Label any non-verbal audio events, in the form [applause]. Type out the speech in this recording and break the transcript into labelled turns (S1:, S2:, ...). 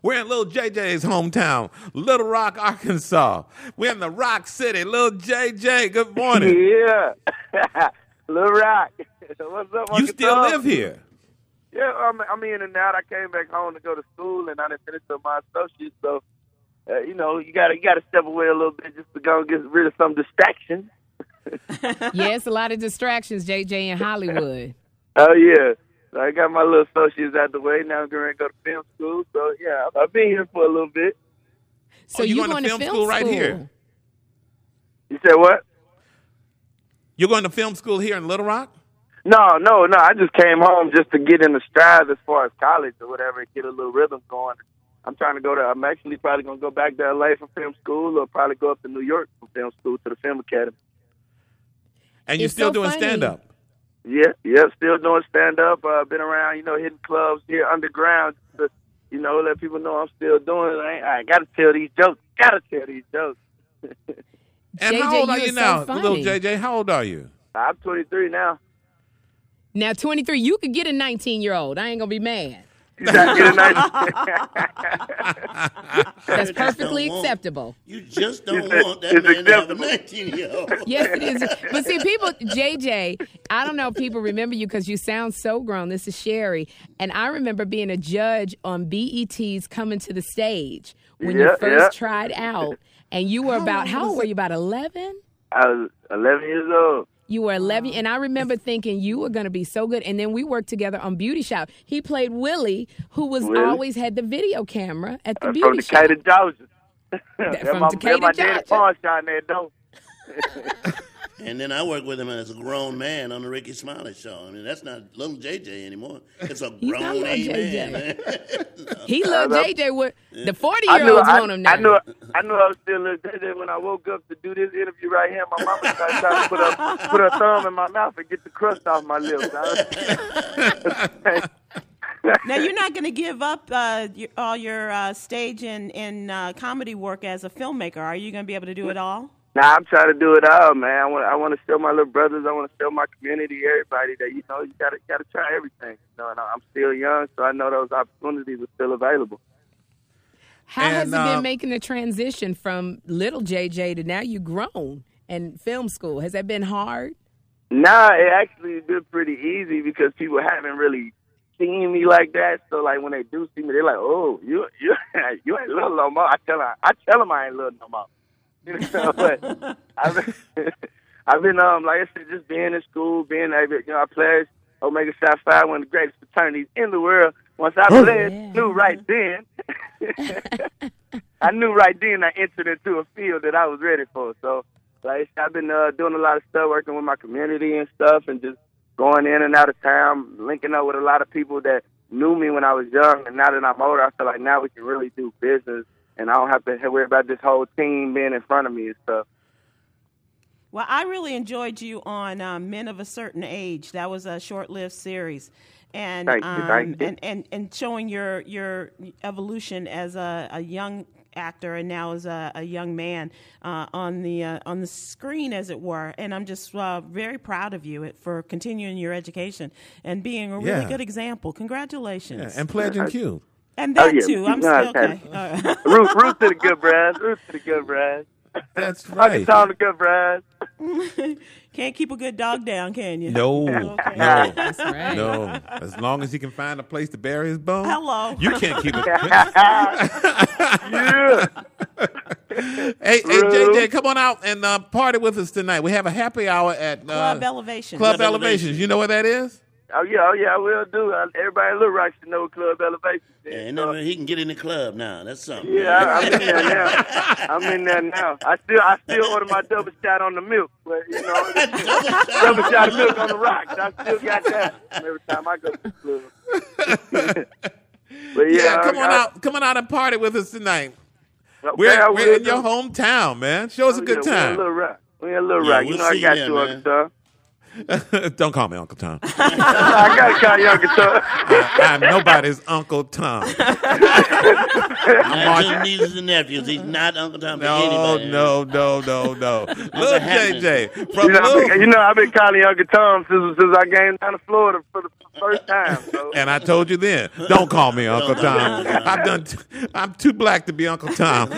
S1: We're in Lil JJ's hometown, Little Rock, Arkansas. We're in the Rock City. Lil JJ, good morning.
S2: Yeah. [laughs] Little Rock. [laughs] What's up,
S1: you
S2: Uncle
S1: still
S2: Tom?
S1: live here.
S2: Yeah, I'm, I'm in and out. I came back home to go to school, and I didn't finish up my associates. So, uh, you know, you gotta you gotta step away a little bit just to go and get rid of some distraction.
S3: yeah, it's a lot of distractions, JJ,
S1: [laughs]
S3: in Hollywood.
S2: Oh yeah. So I got my little associates out the way. Now I'm gonna go to film school. So yeah, I've- I've been here for a little bit.
S3: So
S1: Oh, you
S3: you
S1: going to
S3: going
S1: film school right here?
S2: You said what?
S1: You're going to film school here in Little Rock?
S2: No, no, no. I just came home just to get in the stride as far as college or whatever, get a little rhythm going. I'm trying to go to. I'm actually probably gonna go back to LA for film school, or probably go up to New York for film school to the film academy.
S1: And you're
S3: It's
S1: still
S3: so
S1: doing
S3: funny.
S1: stand up.
S2: Yeah, yeah. Still doing stand up. Uh, been around, you know, hitting clubs here underground. To, you know, let people know I'm still doing. it. I, ain't, I gotta tell these jokes. Gotta tell these jokes.
S1: And
S3: JJ,
S1: how old are
S3: you
S1: you
S3: are so
S1: now, Lil
S3: funny.
S1: JJ? How old are you?
S2: I'm 23 now.
S3: Now, 23, you could get a 19 year old. I ain't going to be mad.
S2: You gotta get a nice- [laughs]
S3: That's
S4: You just
S3: perfectly
S4: don't want-
S3: acceptable.
S4: You just don't
S2: It's-
S4: want that
S2: it's
S4: man to have a
S2: acceptable.
S4: 19 year
S3: [laughs]
S4: old.
S3: Yes, it
S1: [laughs]
S3: is. But see, people, JJ, I don't know if people remember you because you sound so grown. This is Sherry. And I remember being a judge on BET's Coming to the Stage when
S2: Yeah,
S3: you first
S2: yeah.
S3: tried out. And you were about, how old were you? About 11?
S2: I was 11 years old.
S3: You were 11, and I remember thinking you were going to be so good. And then we worked together on Beauty Shop. He played Willie, who was
S2: Willie.
S3: always had the video camera at the
S2: I'm
S3: beauty
S2: from
S3: shop.
S2: Decatur, Georgia. [laughs] That
S3: from
S2: my,
S3: Decatur,
S2: that my daddy
S3: Georgia.
S2: pawn shop there, though.
S4: And then I work with him as a grown man on the Ricky Smiley show. I mean, that's not little JJ anymore. It's a
S3: He's not
S4: grown
S3: little
S4: a
S3: JJ.
S4: man. man.
S3: He loved
S2: Uh,
S3: JJ. With, the 40
S2: I
S3: year
S2: knew
S3: olds
S2: I,
S3: want him now.
S2: I knew I knew I was still a JJ when I woke up to do this interview right here. My mama tried trying to put her put her thumb in my mouth and get the crust off my lips. I-
S5: Now you're not going to give up uh, your, all your uh, stage and, and uh, comedy work as a filmmaker, are you? Going to be able to do it all?
S2: Nah, I'm trying to do it all, man. I want I want to show my little brothers. I want to show my community, everybody that you know you gotta gotta try everything. You know, and I- I'm still young, so I know those opportunities are still available.
S3: How has
S1: And,
S3: it
S1: uh,
S3: been making the transition from little JJ to now you grown and film school? Has that been hard?
S2: Nah, it actually been pretty easy because people haven't really seen me like that. So like when they do see me, they're like, "Oh, you you [laughs] you ain't little no more." I tell 'em- I tell 'em I ain't little no more. [laughs] You know, but I've been, [laughs] I've been um like I said, just being in school, being able, you know, I pledged Omega Psi Phi, one of the greatest fraternities in the world. Once I pledged,
S3: Yeah.
S2: knew right then. [laughs] I knew right then I entered into a field that I was ready for. So, like, I've been uh, doing a lot of stuff, working with my community and stuff, and just going in and out of town, linking up with a lot of people that knew me when I was young. And now that I'm older, I feel like now we can really do business, and I don't have to worry about this whole team being in front of me and stuff.
S5: Well, I really enjoyed you on um, Men of a Certain Age. That was a short-lived series, and
S2: Thank you,
S5: um,
S2: thank you.
S5: and and and showing your your evolution as a, a young actor and now as a, a young man uh, on the uh, on the screen, as it were. And I'm just uh, very proud of you for continuing your education and being a really
S1: Yeah.
S5: good example. Congratulations.
S1: Yeah, and Pledge and Q.
S5: And that
S2: Oh, yeah.
S5: too. I'm
S2: No,
S5: still
S2: okay.
S5: okay. All right.
S2: Root, root to the good, Brad. Root to the good, Brad.
S1: That's
S2: Fucking
S1: right.
S2: time to good, Brad.
S5: Can't keep a good dog down, can
S3: [laughs]
S5: you?
S1: No,
S5: Okay.
S1: no,
S3: That's right.
S1: no. As long as he can find a place to bury his bone,
S5: Hello.
S1: you can't
S3: [laughs]
S1: keep it.
S2: yeah.
S1: Hey, hey,
S2: True.
S1: JJ, come on out and uh, party with us tonight. We have a happy hour at uh,
S5: Club Elevation.
S1: Club
S4: Club
S1: Elevations.
S4: Elevation.
S1: You know what that is?
S2: [laughs] Oh yeah, oh yeah, I will do. I, everybody in Little Rock should know Club Elevation. is.
S4: And
S2: So,
S4: then he can get in the club now. That's something.
S2: yeah, I, I'm in there now. I'm in there now. I still, I still order my double shot on the milk, but you know, double shot of milk on the rocks. I still got that every time I go to the club.
S1: [laughs]
S2: but yeah, uh,
S1: come on
S2: I,
S1: out, come on out and party with us tonight.
S2: okay,
S1: We're,
S2: I
S1: we're
S2: will
S1: in your
S2: do.
S1: hometown, man. Show us
S2: Oh,
S1: a good
S2: uh, yeah, We in
S1: time.
S2: Little Rock. We in Little
S4: Yeah,
S2: Rock. you
S4: we'll
S2: know, I
S4: see
S2: got
S4: you
S2: you
S4: there,
S2: on
S4: man.
S2: the stuff.
S1: [laughs] Don't call me Uncle Tom.
S2: I gotta call you Uncle Tom.
S1: I, am nobody's Uncle
S2: [laughs]
S1: Tom.
S4: Not your nieces and nephews. He's not Uncle Tom to
S1: No,
S4: anybody.
S1: no, no, no, no. Little
S4: happening.
S1: JJ
S2: You
S1: from
S2: know, I've
S1: Little
S2: been, you know, I've been calling you Uncle Tom since since I came down to Florida for the first time.
S1: [laughs]
S2: So.
S1: And I told you then, don't
S2: [laughs]
S1: call me Uncle
S4: Don't call me
S1: Tom.
S4: Uncle Tom.
S2: [laughs]
S1: I've done. T- I'm too black to be Uncle Tom.